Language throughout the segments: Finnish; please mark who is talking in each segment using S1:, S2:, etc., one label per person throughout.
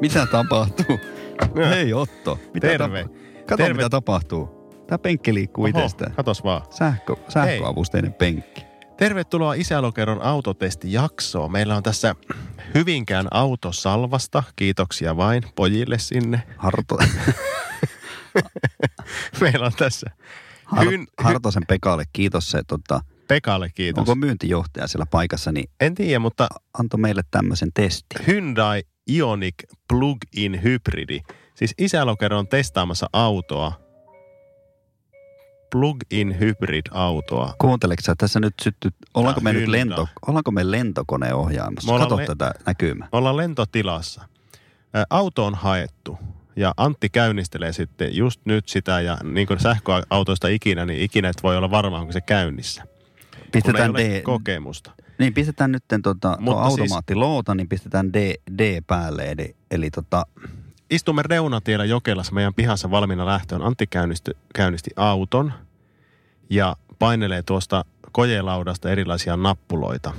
S1: Mitä tapahtuu? Hei Otto. Mitä
S2: Terve.
S1: tap- Kato
S2: Terve.
S1: mitä tapahtuu. Tämä penkki liikkuu itsestään.
S2: katos vaan.
S1: Sähkö, sähköavusteinen penkki.
S2: Tervetuloa Isälokeron autotestijaksoon. Meillä on tässä Hyvinkään autosalvasta. Kiitoksia vain pojille sinne.
S1: Harto,
S2: Meillä on tässä
S1: har,
S2: Hyn-
S1: Hartosen Pekalle kiitos se, tota,
S2: Pekalle kiitos.
S1: onko myyntijohtaja siellä paikassa, niin
S2: En tiedä, mutta
S1: antoi meille tämmöisen testin.
S2: Hyundai Ioniq Plug-in Hybridi. Siis Isälokero on testaamassa autoa. Plug-in hybrid-autoa.
S1: Kuunteleeko sä tässä nyt sytty, ollaanko me
S2: Tää
S1: nyt
S2: hyllää.
S1: lento, ollaanko me lentokone ohjaamassa?
S2: Me ollaan
S1: Kato
S2: le-
S1: tätä näkymää.
S2: Me ollaan lentotilassa. Ä, Auto on haettu ja Antti käynnistelee sitten just nyt sitä ja niin kuin sähköautoista ikinä, niin ikinä et voi olla varma, onko se käynnissä. Kun ei
S1: Pistetään
S2: ole
S1: D,
S2: kokemusta.
S1: niin pistetään nyt tota, tuo
S2: Mutta siis-
S1: automaattiloota, niin pistetään D, D päälle, eli, eli tota,
S2: Istumme reunatiellä Jokelassa meidän pihassa valmiina lähtöön. Antti käynnisti, käynnisti auton ja painelee tuosta kojelaudasta erilaisia nappuloita.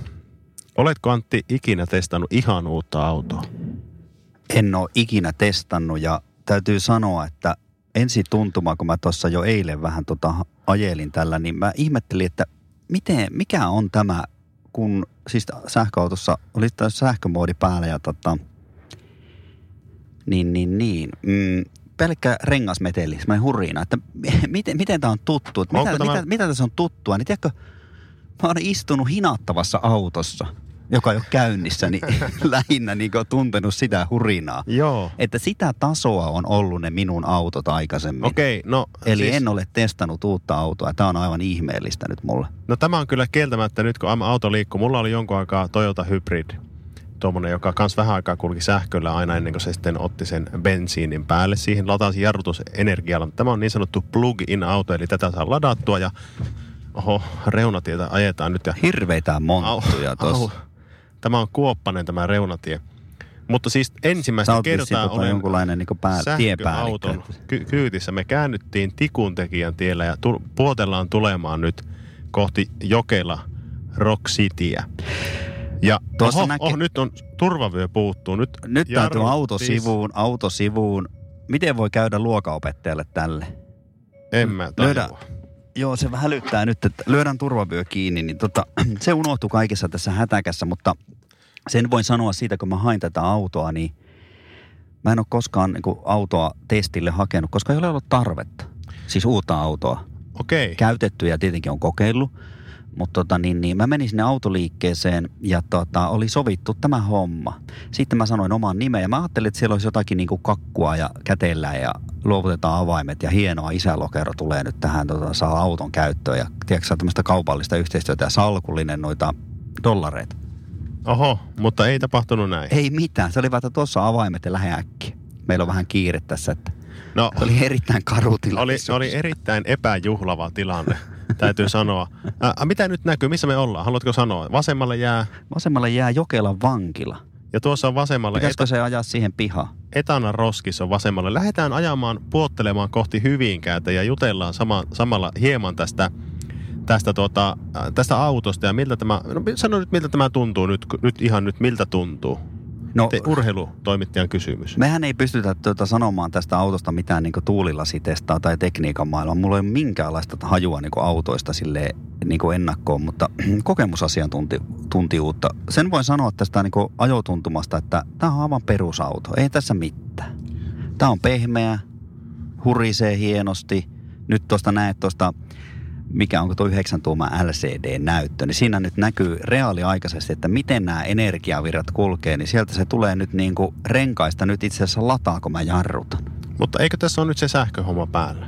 S2: Oletko Antti ikinä testannut ihan uutta autoa?
S1: En ole ikinä testannut ja täytyy sanoa, että ensi tuntuma, kun mä tuossa jo eilen vähän tota ajelin tällä, niin mä ihmettelin, että miten, mikä on tämä, kun siis sähköautossa oli tämä sähkömoodi päällä ja tota, niin, niin, niin. Mm, pelkkä rengasmeteli, semmoinen hurina, että miten, miten tämä on tuttu, että mitä,
S2: Onko tämä-
S1: mitä, mitä tässä on tuttua, niin tiedätkö, mä oon istunut hinattavassa autossa, joka ei ole käynnissä, niin lähinnä niin on tuntenut sitä hurinaa.
S2: Joo.
S1: Että sitä tasoa on ollut ne minun autot aikaisemmin.
S2: Okei, okay, no
S1: Eli
S2: siis,
S1: en ole testannut uutta autoa. Tämä on aivan ihmeellistä nyt mulle.
S2: No tämä on kyllä kieltämättä nyt, kun am- auto liikkuu. Mulla oli jonkun aikaa Toyota Hybrid, tuommoinen, joka kans vähän aikaa kulki sähköllä aina ennen kuin se sitten otti sen bensiinin päälle. Siihen latasi jarrutusenergialla. Tämä on niin sanottu plug-in auto, eli tätä saa ladattua ja oho, reunatietä ajetaan nyt. Ja
S1: Hirveitä monttuja tuossa.
S2: Tämä on kuoppanen tämä reunatie. Mutta siis
S1: Sä
S2: ensimmäistä
S1: oot vissiin
S2: kertaa
S1: tota
S2: olen
S1: jonkunlainen niin pää, tiepäällikkö.
S2: sähköauton ky- kyytissä. Me käännyttiin tikun tekijän tiellä ja tu- puotellaan tulemaan nyt kohti Jokela Rock Cityä. Ja
S1: Tuossa
S2: oho,
S1: näkee-
S2: oho, nyt on turvavyö puuttuu. Nyt,
S1: Nyt täytyy
S2: jarrut-
S1: autosivuun, autosivuun. Miten voi käydä luokaopettajalle tälle?
S2: En mä
S1: Löydä-
S2: löydä.
S1: Joo, se hälyttää nyt, että lyödään turvavyö kiinni, niin tota, se unohtui kaikessa tässä hätäkässä, mutta sen voin sanoa siitä, kun mä hain tätä autoa, niin mä en ole koskaan niin kuin, autoa testille hakenut, koska ei ole ollut tarvetta. Siis uutta autoa.
S2: Okei.
S1: Käytettyjä Niin. tietenkin on kokeillut, mutta tota, niin, niin, mä menin sinne autoliikkeeseen ja tota, oli sovittu tämä homma. Sitten mä sanoin oman nimen ja mä ajattelin, että siellä olisi jotakin niin kuin kakkua ja kätellään ja luovutetaan avaimet ja hienoa isälokero tulee nyt tähän, tota, saa auton käyttöön ja tiedätkö sä, tämmöistä kaupallista yhteistyötä ja salkullinen noita dollareita.
S2: Oho, mutta ei tapahtunut näin.
S1: Ei mitään, se oli vaan, että tuossa avaimet ja lähde äkkiä. Meillä on vähän kiire tässä, että
S2: No,
S1: se oli erittäin karu
S2: oli,
S1: tilaisuus.
S2: oli erittäin epäjuhlava tilanne, täytyy sanoa. Ä, mitä nyt näkyy? Missä me ollaan? Haluatko sanoa? Vasemmalle jää
S1: Vasemmalle jää Jokelan vankila.
S2: ja tuossa on vasemmalle
S1: Pitäisikö se ajaa siihen pihaan?
S2: Etana Roskis on vasemmalle. Lähdetään ajamaan, puottelemaan kohti Hyvinkäätä ja jutellaan sama, samalla hieman tästä, tästä, tuota, äh, tästä autosta ja miltä tämä, no sano nyt miltä tämä tuntuu nyt, kun- nyt ihan nyt miltä tuntuu.
S1: No,
S2: Te, urheilutoimittajan kysymys.
S1: Mehän ei pystytä tuota sanomaan tästä autosta mitään niin tuulilasitestaa tai tekniikan maailmaa. Mulla ei ole minkäänlaista hajua niin autoista sille niin ennakkoon, mutta kokemusasiantuntijuutta. Sen voin sanoa tästä niin ajotuntumasta, että tämä on aivan perusauto. Ei tässä mitään. Tämä on pehmeä, hurisee hienosti. Nyt tuosta näet tuosta, mikä onko tuo 9 tuuma LCD-näyttö, niin siinä nyt näkyy reaaliaikaisesti, että miten nämä energiavirrat kulkee, niin sieltä se tulee nyt niin kuin renkaista nyt itse asiassa lataa, kun mä jarrutan.
S2: Mutta eikö tässä ole nyt se sähköhomma päällä?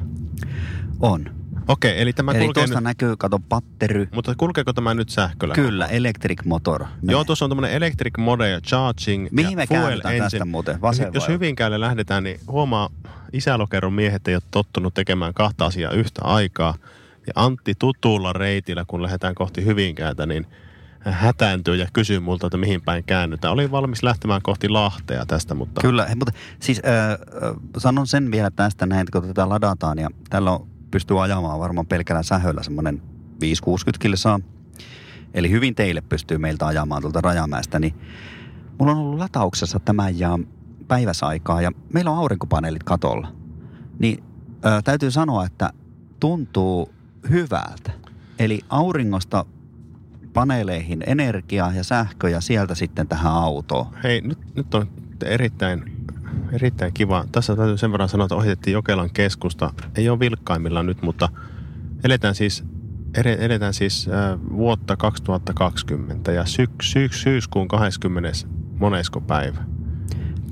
S1: On.
S2: Okei, eli tämä
S1: Eli
S2: kulkee
S1: tuosta
S2: nyt,
S1: näkyy, kato, pattery.
S2: mutta kulkeeko tämä nyt sähköllä?
S1: Kyllä, electric motor. Me-
S2: Joo, tuossa on tämmöinen electric mode ja charging
S1: Mihin
S2: ja
S1: me
S2: fuel
S1: käännytään
S2: engine.
S1: tästä muuten?
S2: Jos-
S1: Vasen
S2: Niin, Jos
S1: vai-
S2: Hyvinkäälle lähdetään, niin huomaa, isälokeron miehet ei ole tottunut tekemään kahta asiaa yhtä aikaa. Ja Antti tutulla reitillä, kun lähdetään kohti Hyvinkäätä, niin hän hätääntyy ja kysyy multa, että mihin päin käännytään. Olin valmis lähtemään kohti Lahtea tästä, mutta
S1: Kyllä, he- mutta siis äh, äh, sanon sen vielä tästä näin, että kun tätä ladataan ja tällä on, pystyy ajamaan varmaan pelkällä sähöllä semmoinen 5-60 kilsaa. Eli hyvin teille pystyy meiltä ajamaan tuolta Rajamäestä, niin mulla on ollut latauksessa tämän ja päiväsaikaa ja meillä on aurinkopaneelit katolla. Niin ö, täytyy sanoa, että tuntuu hyvältä. Eli auringosta paneeleihin energiaa ja sähköä ja sieltä sitten tähän autoon.
S2: Hei, nyt, nyt on erittäin, erittäin kiva. Tässä täytyy sen verran sanoa, että ohitettiin Jokelan keskusta. Ei ole vilkkaimmilla nyt, mutta eletään siis, ele- eletään siis äh, vuotta 2020 ja syks, syks, syyskuun 20. monesko päivä.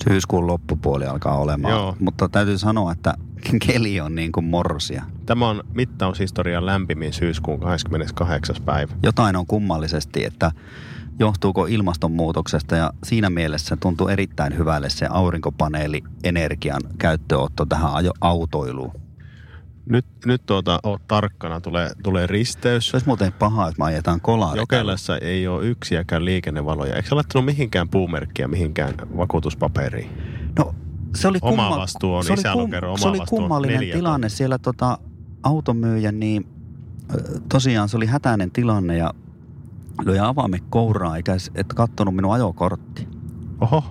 S1: syyskuun loppupuoli alkaa olemaan.
S2: Joo.
S1: Joo. Mutta täytyy sanoa, että keli on niin kuin morsia.
S2: Tämä on mittaushistorian lämpimin syyskuun 28. päivä.
S1: Jotain on kummallisesti, että johtuuko ilmastonmuutoksesta ja siinä mielessä tuntuu erittäin hyvälle se aurinkopaneeli energian käyttöotto tähän ajo- autoiluun.
S2: Nyt, nyt tuota, oot tarkkana, tulee, tulee risteys.
S1: Se olisi muuten paha, jos me ajetaan kolaa.
S2: Jokelassa ei ole yksiäkään liikennevaloja. Eikö sä laittanut mihinkään puumerkkiä, mihinkään vakuutuspaperiin?
S1: No, se oli,
S2: Oma vastuu on,
S1: se oli,
S2: isälukero oma
S1: se oli
S2: vastuu on
S1: kummallinen
S2: neljä
S1: tilanne. Siellä tota, automyyjä, niin ö, tosiaan se oli hätäinen tilanne ja löi avaimen kouraa, eikä s- et kattonut minun ajokortti.
S2: Oho,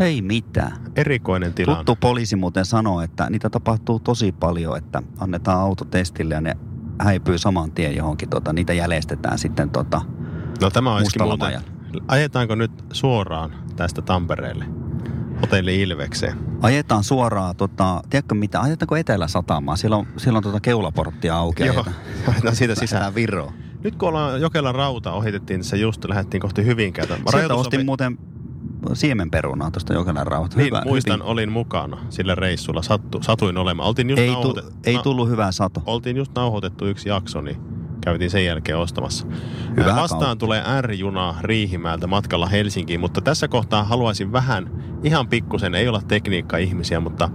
S1: Ei mitään.
S2: erikoinen tilanne.
S1: Tuttu poliisi muuten sanoo, että niitä tapahtuu tosi paljon, että annetaan auto testille ja ne häipyy saman tien johonkin. Tota, niitä jäljestetään sitten tota,
S2: No tämä olisikin
S1: mustalla
S2: muuten.
S1: majalla.
S2: Ajetaanko nyt suoraan tästä Tampereelle? Hotelli Ilvekseen.
S1: Ajetaan suoraan, tota, tiedätkö mitä, ajetaanko Etelä-Satamaan? Siellä on, siellä on tota keulaporttia auki.
S2: Joo,
S1: ajetaan.
S2: ajetaan siitä sisään.
S1: Lähdetään Viroon.
S2: Nyt kun ollaan Jokelan rauta, ohitettiin niin se just, lähdettiin kohti Hyvinkäätä.
S1: Sieltä
S2: Rajoitus on
S1: ostin
S2: ve-
S1: muuten siemenperunaa tuosta Jokelan rauhasta.
S2: Niin, muistan, olin mukana sillä reissulla. Sattu, satuin olemaan. Oltiin just, No.
S1: Ei, tu,
S2: nauhoite-
S1: ei
S2: na-
S1: tullut hyvää sato.
S2: oltiin just nauhoitettu yksi jakso, niin käytiin sen jälkeen ostamassa.
S1: Hyvä
S2: Vastaan
S1: kauppa.
S2: tulee R-juna Riihimäeltä matkalla Helsinkiin, mutta tässä kohtaa haluaisin vähän, ihan pikkusen, ei olla tekniikka-ihmisiä, mutta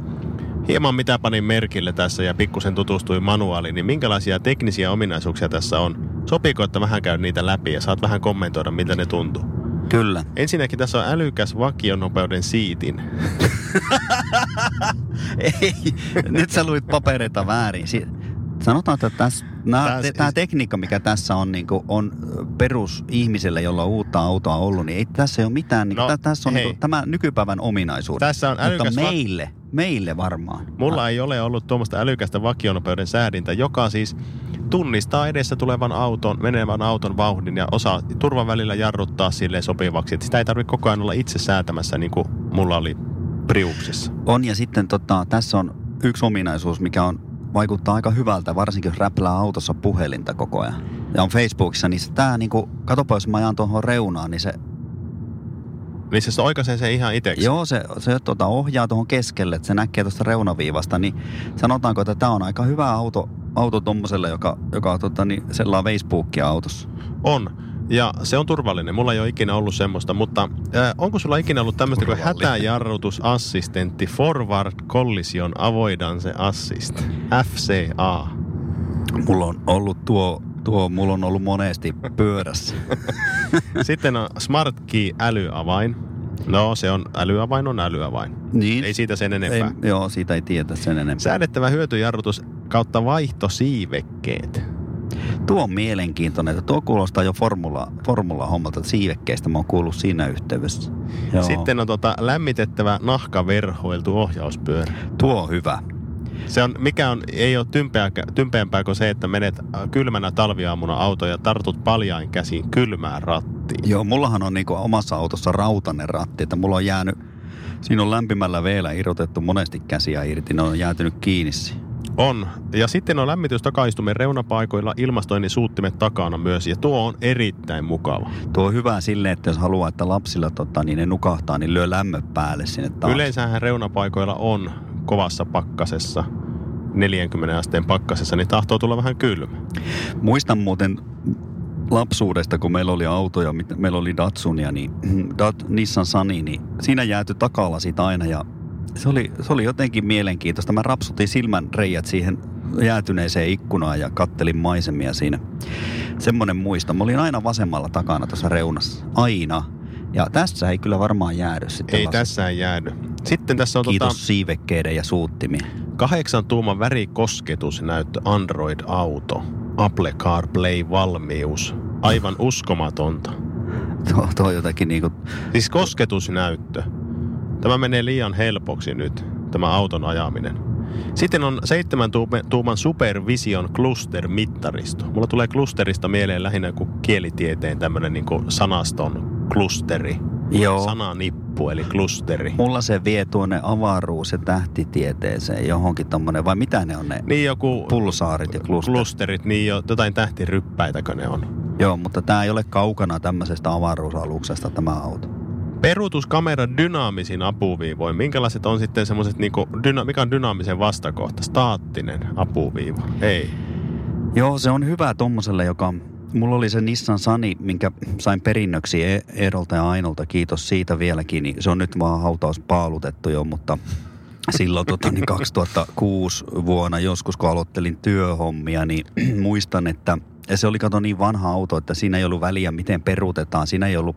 S2: hieman mitä panin merkille tässä ja pikkusen tutustuin manuaaliin, niin minkälaisia teknisiä ominaisuuksia tässä on? Sopiiko, että vähän käyn niitä läpi ja saat vähän kommentoida, miltä ne tuntuu?
S1: Kyllä.
S2: Ensinnäkin tässä on älykäs vakionopeuden siitin.
S1: Ei, nyt sä luit papereita väärin. Si- Sanotaan, että tässä, nää,
S2: Täs-
S1: te, tämä tekniikka, mikä tässä on, niin kuin, on ö, perus ihmiselle, jolla on uutta autoa ollut, niin ei, tässä ei ole mitään. Niin,
S2: No,
S1: no, tä, tässä on
S2: hei.
S1: niin kuin, tämä nykypäivän ominaisuus.
S2: Tässä on
S1: Mutta
S2: älykäs va-
S1: meille, meille varmaan.
S2: Mulla ei ole ollut tuommoista älykästä vakionopeuden säädintä, joka siis tunnistaa edessä tulevan auton, menevän auton vauhdin ja osaa turvan välillä jarruttaa sille sopivaksi. Et sitä ei tarvitse koko ajan olla itse säätämässä niin kuin mulla oli Priuksessa.
S1: On ja sitten tota, tässä on yksi ominaisuus, mikä on, vaikuttaa aika hyvältä, varsinkin jos räplää autossa puhelinta koko ajan. Ja on Facebookissa, niin tämä niinku, katopa jos mä ajan tuohon reunaan, niin se,
S2: Niin se oikaisee se ihan itseksi.
S1: joo, se, se tota, ohjaa tuohon keskelle, että se näkee tuosta reunaviivasta, niin sanotaanko, että tämä on aika hyvä auto, auto tommoselle, joka, joka tota, niin, sellaan Facebookia autossa.
S2: On. Ja se on turvallinen. Mulla ei ole ikinä ollut semmoista, mutta äh, onko sulla ikinä ollut tämmöistä kuin
S1: Turvallinen.
S2: hätäjarrutusassistentti Forward Collision Avoidance Assist, FCA?
S1: Mulla on ollut tuo, tuo mulla on ollut monesti pyörässä.
S2: Sitten on Smart Key älyavain. No se on älyavain on älyavain.
S1: niin,
S2: Ei siitä sen enempää.
S1: ei, joo, siitä ei tietä sen enempää.
S2: Säädettävä hyötyjarrutus kautta vaihtosiivekkeet.
S1: Tuo on mielenkiintoinen. Tuo kuulostaa jo formula, formula-hommalta siivekkeistä. Mä oon kuullut siinä yhteydessä. Joo.
S2: Sitten on tota lämmitettävä nahkaverhoiltu ohjauspyörä.
S1: Tuo on hyvä.
S2: Se on, mikä on, ei ole tympeä, tympeämpää kuin se, että menet äh, kylmänä talviaamuna autoon ja tartut paljain käsiin kylmään rattiin.
S1: Joo, mullahan on niinku omassa autossa rautanen ratti, että mulla on jäänyt, siinä on lämpimällä veellä irrotettu monesti käsiä irti, ne on jäätynyt kiinni. siihen.
S2: On. Ja sitten on lämmitys takaistumen reunapaikoilla, ilmastoinnin suuttimet takana myös. Ja tuo on erittäin mukava.
S1: Tuo on hyvä silleen, että jos haluaa, että lapsilla tota, niin ne nukahtaa, niin lyö lämmö päälle sinne taas.
S2: Yleensähän reunapaikoilla on kovassa pakkasessa 40 asteen pakkasessa, niin tahtoo tulla vähän kylmä.
S1: Muistan muuten lapsuudesta, kun meillä oli autoja, mit- meillä oli Datsunia, niin Dat, Nissan Sani, niin siinä jääty takalla siitä aina ja se oli, se oli jotenkin mielenkiintoista. Mä rapsutin silmän reijät siihen jäätyneeseen ikkunaan ja kattelin maisemia siinä. Semmoinen muista. Mä olin aina vasemmalla takana tuossa reunassa. Aina. Ja tässä ei kyllä varmaan jäädy sitten.
S2: Ei
S1: Lasse.
S2: tässä jäädy. Sitten tässä on
S1: Kiitos
S2: tota,
S1: tota... siivekkeiden ja suuttimien.
S2: kahdeksan tuuman värikosketusnäyttö Android-auto. Apple CarPlay-valmius. Aivan uskomatonta.
S1: Tuo, tuo on jotakin niinku
S2: Siis kosketusnäyttö. Tämä menee liian helpoksi nyt, tämä auton ajaminen. Sitten on seitsemän tuume- tuuman Supervision Cluster-mittaristo. Mulla tulee klusterista mieleen lähinnä kuin kielitieteen tämmöinen niin sanaston klusteri.
S1: Joo.
S2: Sananippu eli klusteri.
S1: Mulla se vie tuonne avaruus- ja tähtitieteeseen johonkin tommonen, vai mitä ne on ne
S2: Niin joku
S1: pulsaarit ja klusterit?
S2: klusterit, niin jo, jotain tähtiryppäitäkö ne on.
S1: Joo, mutta tämä ei ole kaukana tämmöisestä avaruusaluksesta tämä auto.
S2: Peruutuskamera dynaamisin apuviivoin. Minkälaiset on sitten semmoiset, niinku, dyna, mikä on dynaamisen vastakohta? Staattinen apuviiva. Ei.
S1: Joo, se on hyvä tommoselle, joka... Mulla oli se Nissan Sani, minkä sain perinnöksi E- Eerolta ja Ainolta. Kiitos siitä vieläkin. Niin Se on nyt vaan hautaus paalutettu jo, mutta silloin tota, niin 2006 vuonna joskus, kun aloittelin työhommia, niin muistan, että ja se oli kato niin vanha auto, että siinä ei ollut väliä, miten peruutetaan. Siinä ei ollut,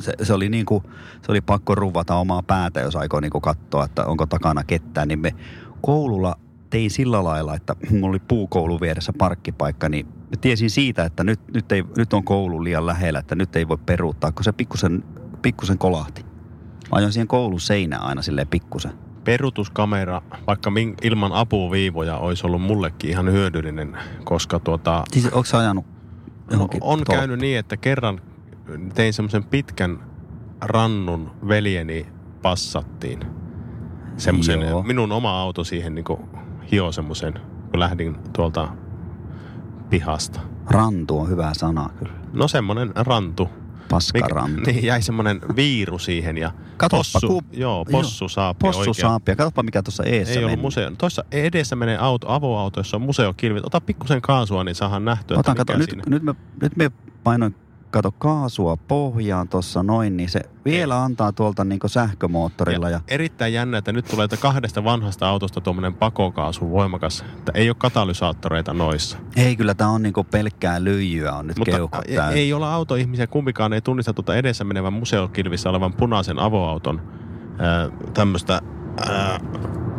S1: se, se, oli niin kuin, se oli pakko ruvata omaa päätä, jos aikoo niin kuin katsoa, että onko takana ketään. Niin me koululla tein sillä lailla, että mulla oli puukoulu vieressä parkkipaikka, niin mä tiesin siitä, että nyt, nyt, ei, nyt on koulu liian lähellä, että nyt ei voi peruuttaa, kun se pikkusen, pikkusen kolahti. Mä ajoin siihen koulun seinään aina silleen pikkusen.
S2: peruutuskamera, vaikka min- ilman apuviivoja, olisi ollut mullekin ihan hyödyllinen, koska tuota,
S1: Siis onko sä ajanut johonkin
S2: on
S1: tol-
S2: käynyt niin, että kerran tein semmoisen pitkän rannun veljeni passattiin. Semmoisen,
S1: Joo.
S2: minun oma auto siihen niin hio semmoisen, kun lähdin tuolta pihasta.
S1: Rantu on hyvä sana kyllä.
S2: No semmoinen rantu.
S1: Paskarantu.
S2: niin, jäi semmoinen viiru siihen ja
S1: Katoppa,
S2: possu,
S1: ku-
S2: joo,
S1: joo.
S2: possu saapi
S1: Possu
S2: oikein
S1: saapia. Katsopa mikä tuossa eessä
S2: Ei ollut
S1: meni.
S2: museo. Tuossa edessä menee auto, avoauto, jossa on museokilvet. Ota pikkusen kaasua, niin saadaan nähtyä,
S1: Otan,
S2: että
S1: kato,
S2: mikä
S1: nyt,
S2: siinä.
S1: nyt, me, nyt me painoin kato kaasua pohjaan tuossa noin, niin se vielä antaa tuolta niin sähkömoottorilla. Ja, ja
S2: Erittäin jännä, että nyt tulee että kahdesta vanhasta autosta tuommoinen pakokaasu voimakas. Että ei ole katalysaattoreita noissa.
S1: ei kyllä tämä on niin pelkkää lyijyä on nyt keuhkot
S2: ei,
S1: täynnä.
S2: ei olla autoihmisiä, kumpikaan ei tunnista tuota edessä menevän museokilvissä olevan punaisen avoauton ää, tämmöistä ää,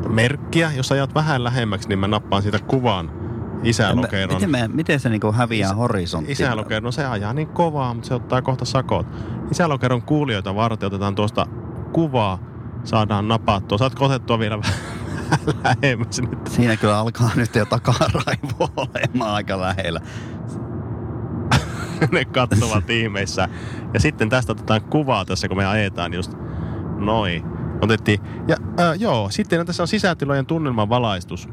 S2: merkkiä. Jos ajat vähän lähemmäksi, niin mä nappaan siitä kuvan
S1: Mä-
S2: isälokeron
S1: Miten, me, miten se niinku häviää
S2: Isä-
S1: horisonttiin?
S2: Isälokeron, no se ajaa niin kovaa, mutta se ottaa kohta sakot. Isälokeron kuulijoita varten otetaan tuosta kuvaa, saadaan napattua. Saatko otettua vielä vähän lähemmäs nyt?
S1: Siinä kyllä alkaa nyt jo takaraivo olemaan aika lähellä.
S2: Ne katsovat ihmeissä. Ja sitten tästä otetaan kuvaa tässä, kun me ajetaan just noin. Otettiin. Ja äh, joo, sitten tässä on sisätilojen tunnelman valaistus.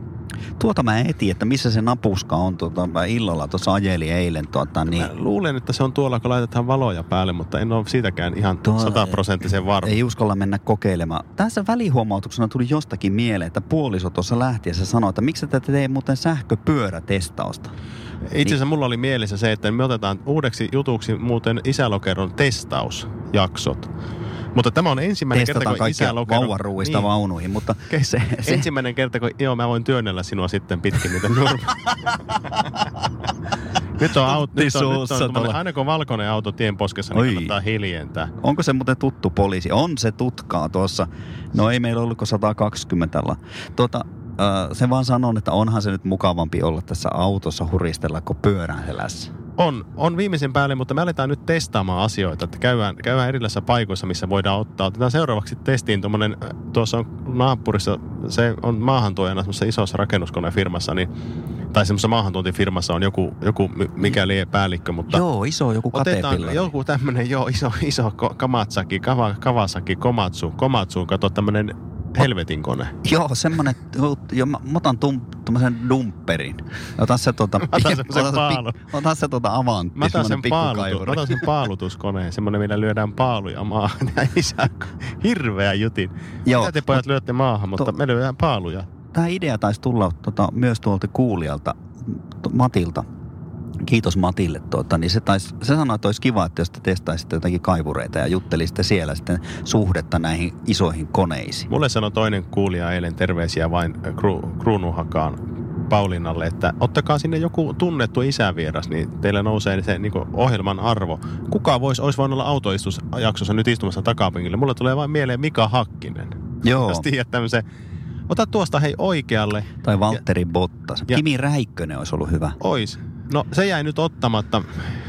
S1: Tuota mä etin, että missä se napuska on. Tuota, mä illalla tuossa ajeli eilen. Tuota, niin,
S2: Mä luulen, että se on tuolla, kun laitetaan valoja päälle, mutta en ole siitäkään ihan
S1: Tuolla-
S2: sataprosenttisen varma.
S1: ei uskalla mennä kokeilemaan. Tässä välihuomautuksena tuli jostakin mieleen, että puoliso tuossa lähtiessä sanoi, että miksi te tee muuten sähköpyörätestausta.
S2: Itse asiassa mulla oli mielessä se, että me otetaan uudeksi jutuksi muuten isälokeron testausjaksot. Mutta tämä on ensimmäinen kerta,
S1: Testataan
S2: kun
S1: kaikkia
S2: isälokeron...
S1: vauvaruuista
S2: niin,
S1: vaunuihin, mutta se, se,
S2: Ensimmäinen kerta, kun joo, mä voin työnnellä sinua sitten pitkin niitä nurmia. nyt on auto, nyt on, nyt
S1: suussa
S2: on
S1: tuolla.
S2: tommonen- aina kun on valkoinen auto tien poskessa, niin
S1: Oi.
S2: kannattaa hiljentää.
S1: Onko se muuten tuttu poliisi? On se tutkaa tuossa. No ei meillä ollut kuin 120. Tuota, äh, se vaan sanon, että onhan se nyt mukavampi olla tässä autossa huristella kuin pyörän selässä.
S2: On, on viimeisen päälle, mutta me aletaan nyt testaamaan asioita. Että käydään, käydään erilaisissa paikoissa, missä voidaan ottaa. Otetaan seuraavaksi testiin tuommoinen, äh, tuossa on naapurissa, se on maahantuojana semmoisessa isossa rakennuskonefirmassa, niin, tai semmoisessa maahantuontifirmassa on joku, joku mi- mikä lie päällikkö, mutta...
S1: Joo, iso joku
S2: Otetaan
S1: katepilla.
S2: joku tämmönen jo iso, iso ko- kamatsaki, kava, kavasaki, komatsu, komatsuun, kato tämmönen helvetin kone.
S1: Joo, semmonen, jo, mä, mä otan tum, tommosen dumperin. Otan se tuota,
S2: otan semmosen
S1: otan se pi-
S2: paalun.
S1: otan se tuota avantti,
S2: Mä otan sen,
S1: semmonen
S2: paalutu, mä
S1: pikkukaivuri.
S2: otan sen paalutuskoneen, semmoinen, millä lyödään paaluja maahan. Ja isä, hirveä jutin.
S1: Joo.
S2: Joo. Mitä te pojat lyötte maahan, mutta
S1: To-
S2: me lyödään paaluja.
S1: tämä idea taisi tulla tota, myös tuolta kuulijalta, t- Matilta. Kiitos Matille. Tuota, niin se, tais, se sanoi, että olisi kiva, että jos te testaisitte jotakin kaivureita ja juttelisitte siellä sitten suhdetta näihin isoihin koneisiin.
S2: Mulle sanoi toinen kuulija eilen terveisiä vain äh, kru- kruunuhakaan Pauliinalle, että ottakaa sinne joku tunnettu isävieras, niin teillä nousee se niin ohjelman arvo. Kuka voisi, olisi voinut olla autoistusjaksossa nyt istumassa takapenkillä? Mulle tulee vain mieleen Mika Hakkinen.
S1: Joo,
S2: Jos tiedät tämmöisen, ota tuosta hei oikealle.
S1: tai Valtteri Bottas.
S2: ja-
S1: Kimi Räikkönen olisi ollut hyvä.
S2: Ois. No se jäi nyt ottamatta.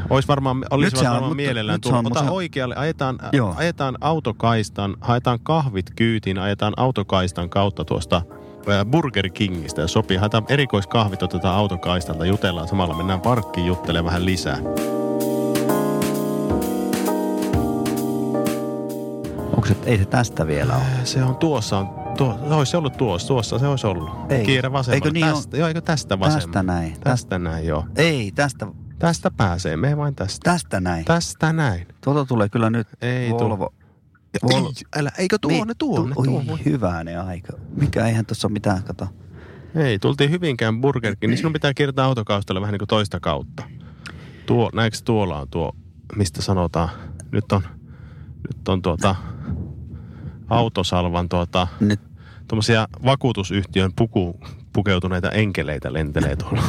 S2: Ois varmaan, olisi
S1: se on,
S2: varmaan
S1: mutta-
S2: mielellään
S1: nyt se
S2: tullut.
S1: on,
S2: Ota
S1: mutta se on-
S2: oikealle, ajetaan, ä,
S1: Joo.
S2: ajetaan autokaistan, haetaan kahvit kyytiin, ajetaan autokaistan kautta tuosta ä, Burger Kingistä, jos sopii. Haetaan erikoiskahvit, otetaan autokaistalta, jutellaan samalla, mennään parkkiin juttelemaan vähän lisää.
S1: Onko se, ei se tästä vielä ole?
S2: Se on tuossa, on, tuo, se olisi ollut tuossa, tuossa se olisi ollut.
S1: Ei.
S2: Kiire vasemmalle.
S1: Eikö niin
S2: tästä, joo, eikö tästä vasemmalle?
S1: Tästä näin. Tästä,
S2: Tästä näin, joo.
S1: ei, tästä,
S2: Tästä pääsee, me vain tästä.
S1: tästä näin.
S2: Tästä näin.
S1: Tuota tulee kyllä nyt
S2: Ei tuu.
S1: Volvo.
S2: Ei, älä, eikö tuonne, tuonne,
S1: Oi,
S2: tuonne.
S1: hyvänen aika. Mikä eihän tuossa ole mitään, kato.
S2: Ei, tultiin hyvinkään burgerkin, niin sinun pitää kiertää autokaustalle vähän niin kuin toista kautta. Tuo, näetkö tuolla on tuo, mistä sanotaan, nyt on, nyt on tuota, autosalvan tuota,
S1: Nyt
S2: tuommoisia vakuutusyhtiön puku, pukeutuneita enkeleitä lentelee tuolla.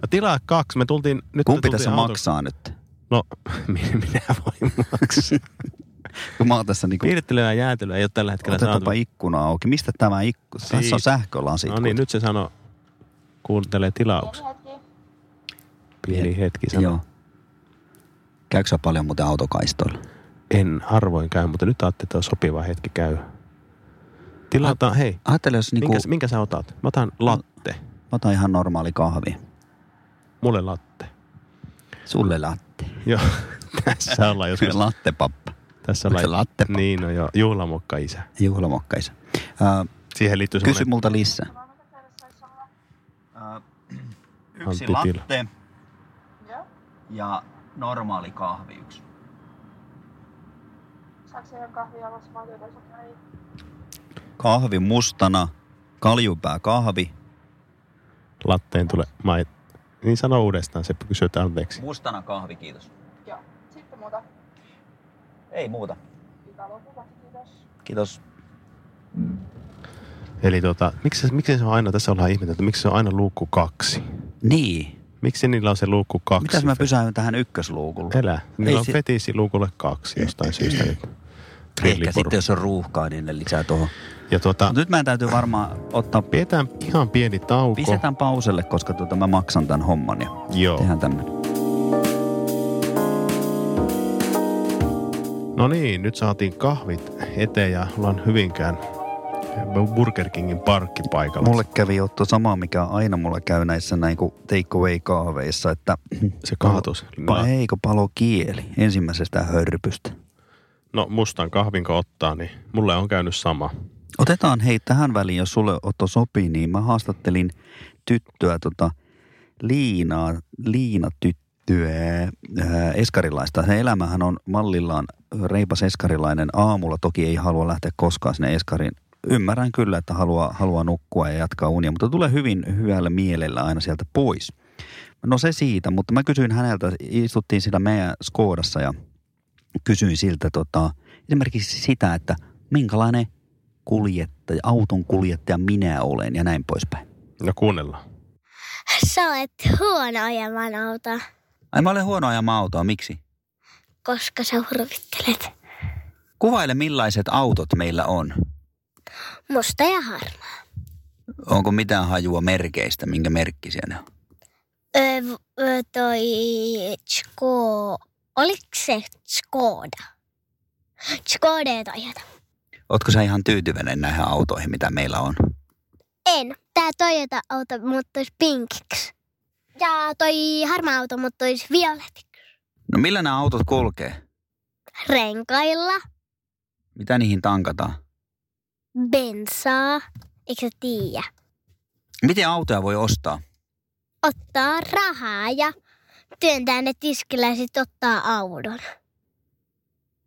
S2: No Tilaa kaksi, me tultiin... Nyt me
S1: kumpi
S2: tultiin
S1: tässä
S2: auto-
S1: maksaa nyt?
S2: No, minä, minä voin maksaa.
S1: Kun mä oon tässä niinku,
S2: Piirittelevää jäätelöä ei ole tällä hetkellä saatu.
S1: otetaanpa ikkuna auki. Mistä tämä ikku?
S2: Siitä.
S1: Tässä on sähkölasit.
S2: No niin, nyt se sanoo, kuuntelee tilauksen. Pieni hetki sanoo.
S1: Joo. Käykö sä paljon muuten autokaistoilla?
S2: En harvoin käy, mutta nyt ajattelin, että on sopiva hetki käy. Tilataan, hei,
S1: Ajattele, jos niinku,
S2: minkä, minkä sä otat? Mä otan latte.
S1: mä otan ihan normaali kahvi.
S2: Mulle latte.
S1: Sulle latte.
S2: Joo, tässä ollaan joskus.
S1: Lattepappa.
S2: Tässä
S1: Onko se
S2: ollaan.
S1: latte?
S2: Niin, no joo, juhlamokka isä.
S1: Juhlamokkaisa. Äh,
S2: Siihen liittyy
S1: kysy
S2: semmoinen
S1: multa lisää.
S2: Antti Tila.
S1: ja normaali kahvi yksi.
S3: Saanko siihen kahvia vastaan jotain?
S1: Kahvi mustana, kaljupää kahvi.
S2: latteen tulee. Mä en, niin sano uudestaan, se kysyy, että anteeksi.
S1: Mustana kahvi, kiitos.
S3: Joo. Sitten muuta.
S1: Ei muuta.
S3: Hyvää loppuvasti, kiitos.
S1: Kiitos.
S2: Eli tota, miksi, se- miksi se on aina, tässä ollaan ihmetelty, että miksi se on aina luukku kaksi?
S1: Niin.
S2: Miksi niillä on se luukku kaksi?
S1: Mitäs mä pysähdyn tähän ykkösluukulle?
S2: Elä. Niillä
S1: Ei
S2: on
S1: se-
S2: fetisi luukulle kaksi jostain syystä nyt.
S1: Ehkä
S2: Grillipuru.
S1: sitten, jos on ruuhkaa, niin ne lisää tuohon.
S2: Ja tuota,
S1: Mutta nyt mä täytyy varmaan ottaa...
S2: pidetään ihan pieni tauko.
S1: Pistetään pauselle, koska tuota mä maksan tämän homman ja
S2: Joo.
S1: tehdään tämmönen.
S2: No niin, nyt saatiin kahvit eteen ja ollaan hyvinkään Burger Kingin parkkipaikalla.
S1: Mulle kävi jo tuo sama, mikä aina mulla käy näissä näin kuin take away kahveissa, että
S2: se kaatus.
S1: pa,
S2: No,
S1: eikö palo kieli ensimmäisestä hörrypystä.
S2: no mustan kahvin kun ottaa, niin mulle on käynyt sama.
S1: Otetaan hei tähän väliin, jos sulle Otto sopii, niin mä haastattelin tyttöä tota Liinaa, Liina tyttöä, ää, eskarilaista. Se elämähän on mallillaan reipas eskarilainen aamulla. Toki ei halua lähteä koskaan sinne eskarin. Ymmärrän kyllä, että haluaa, haluaa nukkua ja jatkaa unia, mutta tulee hyvin hyvällä mielellä aina sieltä pois. No se siitä, mutta mä kysyin häneltä, istuttiin sillä meidän Skoodassa ja kysyin siltä tota, esimerkiksi sitä, että minkälainen kuljettaja, auton kuljettaja minä olen ja näin poispäin.
S2: No kuunnellaan.
S4: Sä olet huono ajamaan auta,
S1: Ai mä olen huono ajamaan autoa, miksi?
S4: koska sä hurvittelet.
S1: Kuvaile millaiset autot meillä on.
S4: Musta ja harmaa.
S1: Onko mitään hajua merkeistä, minkä merkkisiä ne on?
S4: Öö, v- öö, toi Sko... Oliko se Skoda? Skoda ei ajata.
S1: Ootko sä ihan tyytyväinen näihin autoihin, mitä meillä on?
S4: En. Tää Toyota-auto muuttuisi pinkiksi. Ja toi harmaa auto muuttuisi violetiksi.
S1: No millä nämä autot kulkee?
S4: Renkailla,
S1: Mitä niihin tankataan?
S4: bensaa, eikö sä tiedä?
S1: Miten autoja voi ostaa?
S4: Ottaa rahaa ja työntää ne tiskillä ja sit ottaa audon.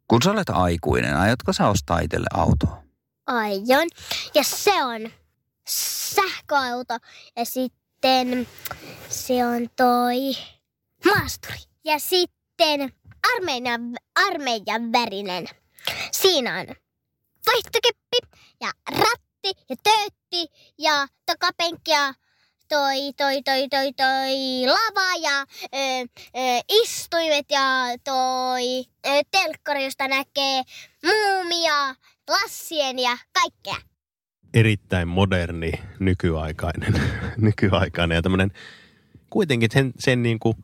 S1: Kun sä olet aikuinen, aiotko sä ostaa itselle autoa?
S4: Aion. Ja se on sähköauto ja sitten se on toi maasturi. Ja sitten armeijan, armeijan värinen. Siinä on vaihtokeppi ja ratti ja töötti ja takapenkki ja toi, toi, toi, toi, toi lava ja ö, ö, istuimet ja toi ö, telkkari, josta näkee muumia, lassien ja kaikkea.
S2: erittäin moderni, nykyaikainen, nykyaikainen ja tämmöinen kuitenkin sen, sen niin kuin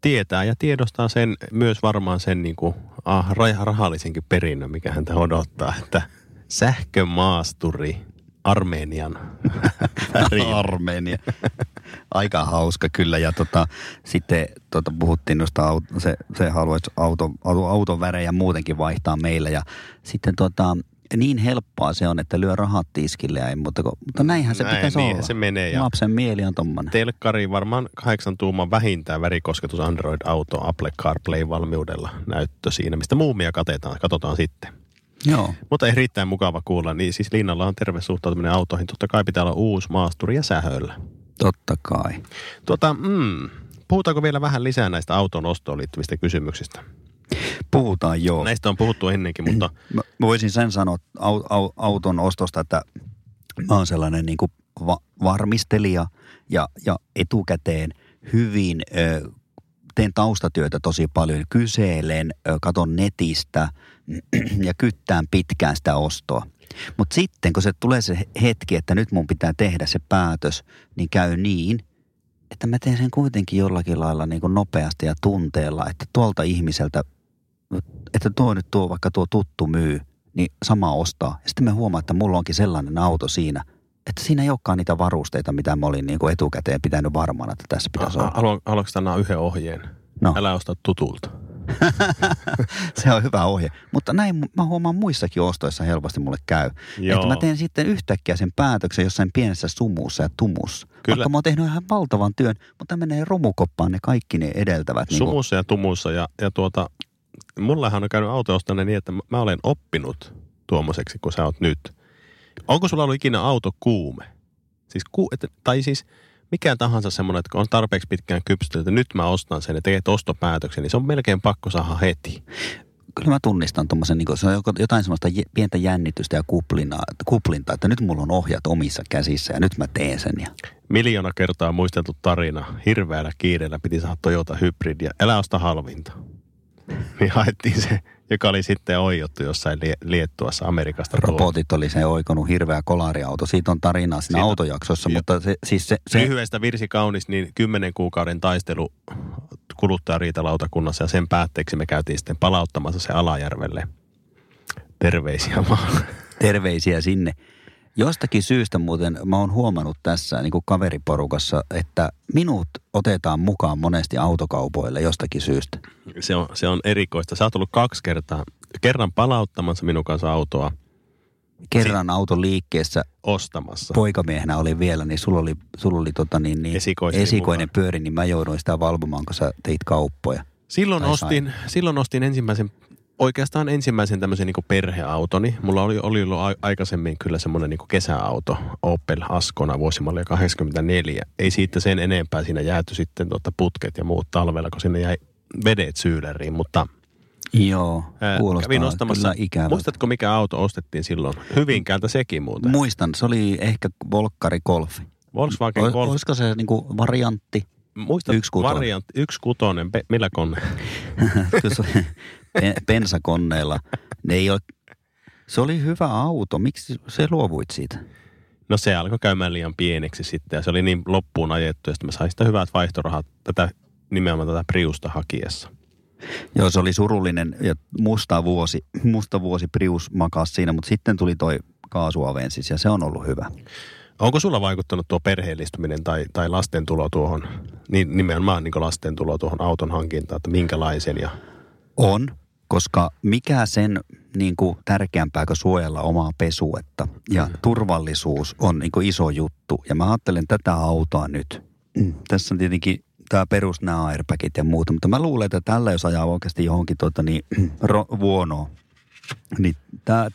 S2: tietää ja tiedostaa sen myös varmaan sen niin kuin, ah, rah- rahallisenkin perinnön, mikä häntä odottaa, että sähkömaasturi Armenian väriin.
S1: Niin. Armenia. Aika hauska kyllä. Ja tota, sitten tota, puhuttiin noista, au- se, se haluaisi auto, auto, auton värejä muutenkin vaihtaa meillä. Ja sitten tota, niin helppoa se on, että lyö rahat tiskille ja ei muuta kuin, mutta näinhän se
S2: Näin,
S1: pitäisi
S2: niinhän
S1: olla.
S2: se menee ja-
S1: Lapsen mieli on tommonen.
S2: Telkkari varmaan kahdeksan tuuman vähintään värikosketus Android-auto Apple CarPlay-valmiudella näyttö siinä, mistä muumia katetaan, katsotaan sitten.
S1: Joo.
S2: Mutta erittäin mukava kuulla. Niin siis Linnalla on terve suhtautuminen autoihin. Totta kai pitää olla uusi maasturi ja sähöllä.
S1: Totta kai.
S2: Tuota, mm, puhutaanko vielä vähän lisää näistä auton ostoon liittyvistä kysymyksistä?
S1: Puhutaan joo.
S2: Näistä on puhuttu ennenkin, mutta
S1: Mä mä voisin sen sanoa au, au, auton ostosta, että mä oon sellainen niin kuin va, varmistelija ja, ja etukäteen hyvin ö, teen taustatyötä tosi paljon. Kyselen, ö, katon netistä ja kyttään pitkään sitä ostoa. Mutta sitten kun se tulee se hetki, että nyt mun pitää tehdä se päätös, niin käy niin, että mä teen sen kuitenkin jollakin lailla niin kuin nopeasti ja tunteella, että tuolta ihmiseltä että tuo nyt tuo, vaikka tuo tuttu myy, niin sama ostaa. Ja sitten me huomaa, että mulla onkin sellainen auto siinä, että siinä ei olekaan niitä varusteita, mitä mä olin niin kuin etukäteen pitänyt varmana, että tässä pitäisi olla.
S2: haluan, haluanko tänään yhden ohjeen?
S1: No.
S2: Älä osta tutulta.
S1: Se on hyvä ohje. Mutta näin mu- mä huomaan muissakin ostoissa helposti mulle käy.
S2: Joo.
S1: Että mä teen sitten yhtäkkiä sen päätöksen jossain pienessä sumussa ja tumussa. Kyllä. Vaikka mä oon tehnyt ihan valtavan työn, mutta menee romukoppaan ne kaikki ne edeltävät. niin kuin-
S2: Sumussa ja tumussa ja, ja tuota, mullahan on käynyt autoostanne niin, että mä- mä olen oppinut tuommoiseksi kuin sä oot nyt. Onko sulla ollut ikinä auto kuume? Siis ku, et, tai siis mikä tahansa semmoinen, että kun on tarpeeksi pitkään kypsytelty, että nyt mä ostan sen ja teet ostopäätöksen, niin se on melkein pakko saada heti.
S1: kyllä mä tunnistan tuommoisen, niin se on joko- jotain semmoista j- pientä jännitystä ja kuplinaa, kuplintaa, että nyt mulla on ohjat omissa käsissä ja nyt mä teen sen. Ja
S2: Miljoona kertaa muisteltu tarina. Hirveällä kiireellä piti saada Toyota Hybridia. Älä osta halvinta. Niin haettiin se, joka oli sitten oijottu jossain lie- Liettuassa Amerikasta. tuotu.
S1: robotit oli se oikonut hirveä kolariauto. Siitä on tarinaa siinä
S2: Siitä-
S1: autojaksossa,
S2: Joo.
S1: mutta se, siis se,
S2: se...
S1: se
S2: lyhyestä virsi kaunis, niin kymmenen kuukauden taistelu kuluttajariitalautakunnassa ja sen päätteeksi me käytiin sitten palauttamassa se Alajärvelle. Terveisiä vaan.
S1: terveisiä sinne. Jostakin syystä muuten mä oon huomannut tässä niin kuin kaveriporukassa, että minut otetaan mukaan monesti autokaupoille jostakin syystä.
S2: Se on, se on erikoista. Sä oot ollut kaksi kertaa, kerran palauttamassa minun kanssa autoa
S1: Kerran autoliikkeessä
S2: ostamassa.
S1: poikamiehenä oli vielä, niin sulla oli, sulla oli tota niin, niin
S2: Esikoiseni
S1: esikoinen
S2: mukaan.
S1: pyöri, niin mä jouduin sitä valvomaan, kun sä teit kauppoja.
S2: Silloin
S1: Tai
S2: ostin, silloin ostin ensimmäisen, oikeastaan ensimmäisen tämmöisen niin perheautoni. Mulla oli, oli ollut ai- aikaisemmin kyllä semmoinen niin kesäauto, Opel Ascona vuosimallia 84. Ei siitä sen enempää, siinä jääty sitten tuota putket ja muut talvella, kun sinne jäi vedet syyleriin, mutta
S1: Joo,
S2: ää,
S1: kuulostaa
S2: kävin ostamassa.
S1: kyllä ikävältä.
S2: Muistatko, mikä auto ostettiin silloin? Hyvinkäältä sekin muuten.
S1: Muistan, se oli ehkä Volkkari Golfi.
S2: Volkswagen
S1: Ol-
S2: Golf.
S1: Olisiko se niinku variantti?
S2: Muistat, yksi
S1: yksikutonen.
S2: variant, yksi kutonen, pe- millä kone?
S1: Kyllä se- pe- Pensakonneilla. Ne ei ole... Se oli hyvä auto. Miksi se luovuit siitä?
S2: No se alkoi käymään liian pieneksi sitten ja se oli niin loppuun ajettu ja sitten mä sain sitä hyvät vaihtorahat tätä nimenomaan tätä Priusta hakiessa.
S1: Joo, se oli surullinen ja musta vuosi, musta vuosi Prius makasi siinä, mutta sitten tuli toi kaasuavensis ja se on ollut hyvä.
S2: Onko sulla vaikuttanut tuo perheellistuminen tai, tai lasten tulo tuohon, niin nimenomaan niin lasten tulo tuohon auton hankintaan, että minkälaisen ja
S1: On, koska mikä sen niin kuin, tärkeämpää kuin suojella omaa pesuetta. Ja turvallisuus on niin kuin, iso juttu. Ja mä ajattelen tätä autoa nyt. Mm, Tässä on tietenkin tämä perus nämä airbagit ja muuta, mutta mä luulen, että tällä jos ajaa oikeasti johonkin tuota, niin, ro, vuonoon, niin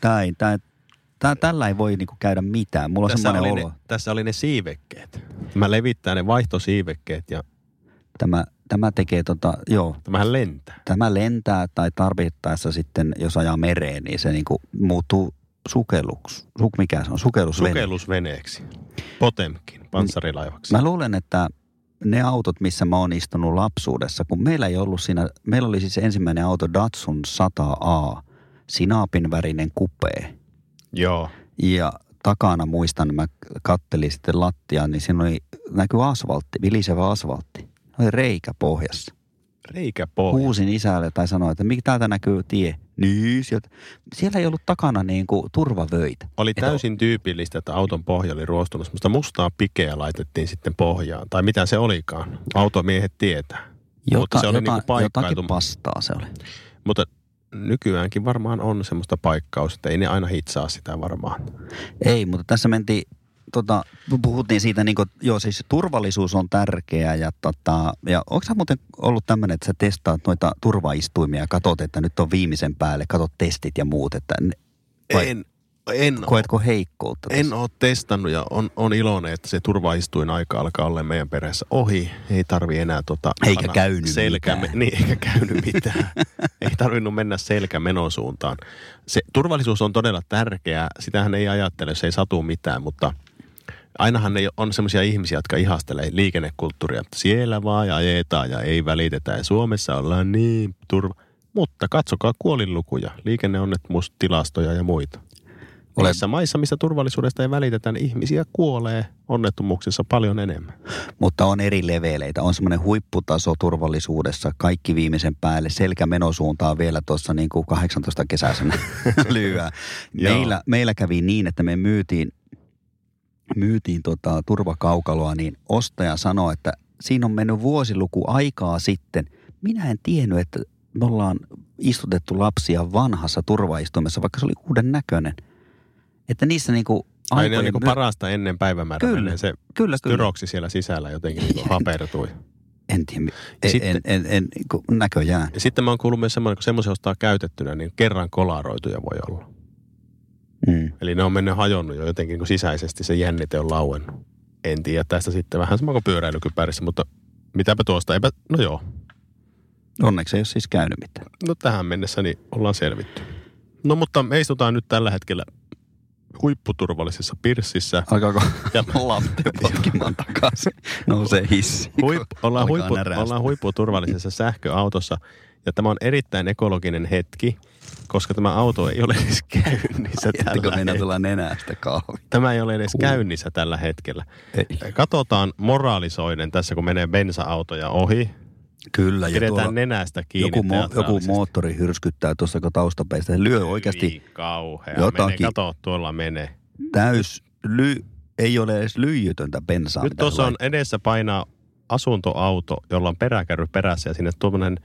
S1: tämä ei, tää, Tää, tällä ei voi niinku käydä mitään. Mulla on
S2: Tässä
S1: semmoinen
S2: oli,
S1: olo.
S2: ne, tässä oli ne siivekkeet. Mä levittää ne vaihtosiivekkeet ja
S1: Tämä, tämä tekee tota, joo,
S2: tämähän lentää.
S1: tämä lentää tai tarvittaessa sitten, jos ajaa mereen, niin se niinku muuttuu sukelluksi. Suk, mikä se on? Sukellusvene.
S2: Sukellusveneeksi. Potemkin, panssarilaivaksi.
S1: Niin. Mä luulen, että ne autot, missä mä oon istunut lapsuudessa, kun meillä ei ollut siinä, meillä oli siis ensimmäinen auto Datsun 100A, sinaapin värinen kupee.
S2: Joo.
S1: Ja takana muistan, mä kattelin sitten lattiaa, niin siinä oli, näkyy asfaltti, vilisevä asfaltti. Oli reikä pohjassa.
S2: Reikä
S1: Pohja.
S2: pohja.
S1: Huusin isälle tai sanoin, että mikä täältä näkyy tie. Nyys. jot- Siellä ei ollut takana niin kuin turvavöitä.
S2: Oli
S1: Että-
S2: täysin tyypillistä, että auton pohja oli ruostunut. Semmoista mustaa pikeä laitettiin sitten pohjaan. Tai mitä se olikaan. Automiehet tietää. Mutta se oli niinku
S1: jotakin
S2: paikkailtu.
S1: pastaa se oli.
S2: Mutta nykyäänkin varmaan on semmoista paikkaus, että ei ne aina hitsaa sitä varmaan.
S1: Ei, mutta tässä mentiin, tota, puhuttiin siitä, niin kuin, joo siis turvallisuus on tärkeää ja, tota, ja onko sä muuten ollut tämmöinen, että sä testaat noita turvaistuimia ja katot, että nyt on viimeisen päälle, katot testit ja muut, että ne, vai
S2: En, en,
S1: koetko heikkoutta?
S2: en ole testannut ja on, on iloinen, että se turvaistuin aika alkaa olla meidän perässä ohi. Ei tarvi enää tota,
S1: Eikä
S2: panna
S1: käynyt mitään.
S2: Niin, eikä käynyt mitään. ei tarvinnut mennä selkä menosuuntaan. Se, turvallisuus on todella tärkeää. Sitähän ei ajattele, se ei satu mitään, mutta ainahan ne on semmoisia ihmisiä, jotka ihastelee liikennekulttuuria. että Siellä vaan ja ajetaan ja ei välitetä ja Suomessa ollaan niin turva. Mutta katsokaa kuolinlukuja, liikenneonnettomuustilastoja ja muita.
S1: Ole-
S2: Ole. Niissä maissa, missä turvallisuudesta ei välitetä, niin ihmisiä kuolee onnettomuuksissa paljon enemmän.
S1: Mutta on eri leveleitä. On semmoinen huipputaso turvallisuudessa, kaikki viimeisen päälle, selkä menosuuntaa vielä tuossa niin kuin 18 kesäisenä lyö.
S2: Joo.
S1: meillä, meillä kävi niin, että me myytiin, myytiin tota turvakaukaloa, niin ostaja sanoi, että siinä on mennyt vuosiluku aikaa sitten. Minä en tiennyt, että me ollaan istutettu lapsia vanhassa turvaistuimessa, vaikka se oli uuden näköinen. Että niistä niinku
S2: Ai ne on
S1: aikojen
S2: niin
S1: myö-
S2: parasta ennen päivämäärä.
S1: Kyllä,
S2: menee. se
S1: kyllä, kyllä.
S2: tyroksi siellä sisällä jotenkin niin hapertui.
S1: En tiedä, en,
S2: Sitten-
S1: en, en, en, kun näköjään.
S2: Ja sitten mä oon kuullut myös semmoinen, kun semmoisen ostaa käytettynä, niin kerran kolaroituja voi olla.
S1: Mm.
S2: Eli ne on mennyt hajonnut jo jotenkin, kun sisäisesti se jännite on lauennut. En tiedä tästä sitten vähän sama kuin pyöräilykypärissä, mutta mitäpä tuosta, eipä, no joo.
S1: Onneksi ei ole siis käynyt mitään.
S2: No tähän mennessä niin ollaan selvitty. No mutta me istutaan nyt tällä hetkellä huipputurvallisessa pirssissä.
S1: Alkaako
S2: Ja,
S1: lapti potkimaan takaisin? Nousee hissi.
S2: Huip, ollaan,
S1: Alkaa
S2: huippu,
S1: närästä.
S2: ollaan huipputurvallisessa sähköautossa. Ja tämä on erittäin ekologinen hetki, koska tämä auto ei ole edes käynnissä
S1: Jättekö
S2: tällä
S1: meinaa
S2: hetkellä.
S1: tulla nenästä kahvi?
S2: Tämä ei ole edes
S1: Kuuluu.
S2: käynnissä tällä hetkellä.
S1: Ei.
S2: Katsotaan moraalisoiden tässä, kun menee bensa-autoja ohi.
S1: Kyllä, ja
S2: Pidetään
S1: tuolla
S2: nenästä kiinni.
S1: joku, mo- joku
S2: teatraalisesti.
S1: moottori hyrskyttää tuossa kun taustapeistä. Se lyö oikeasti
S2: Hyi kauhea.
S1: jotakin.
S2: Jotakin. Mene, kato, tuolla menee.
S1: täys, ly- ei ole edes lyijytöntä bensaa.
S2: Nyt
S1: mitä
S2: tuossa
S1: se
S2: on edessä painaa asuntoauto, jolla on peräkärry perässä ja sinne tuommoinen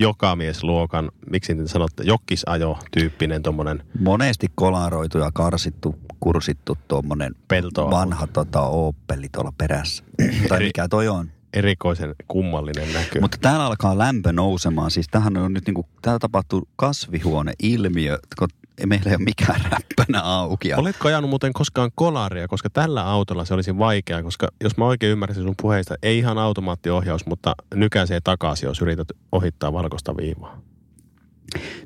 S2: jokamiesluokan, miksi niitä sanotte, jokkisajo tyyppinen tuommoinen
S1: laittaa. Monesti kolaroitu ja karsittu, kursittu tuommoinen
S2: peltoa
S1: vanha tota, Opeli tuolla perässä. tai mikä toi on.
S2: erikoisen kummallinen näkö.
S1: Mutta täällä alkaa lämpö nousemaan. Siis tämähän on nyt niinku, täällä tapahtuu kasvihuoneilmiö, kun meillä ei ole mikään räppänä auki. Ja
S2: Oletko ajanut muuten koskaan kolaria, koska tällä autolla se olisi vaikeaa, koska jos mä oikein ymmärsin sun puheista, ei ihan automaattiohjaus, mutta nykäisee takaisin, jos yrität ohittaa valkoista viivaa.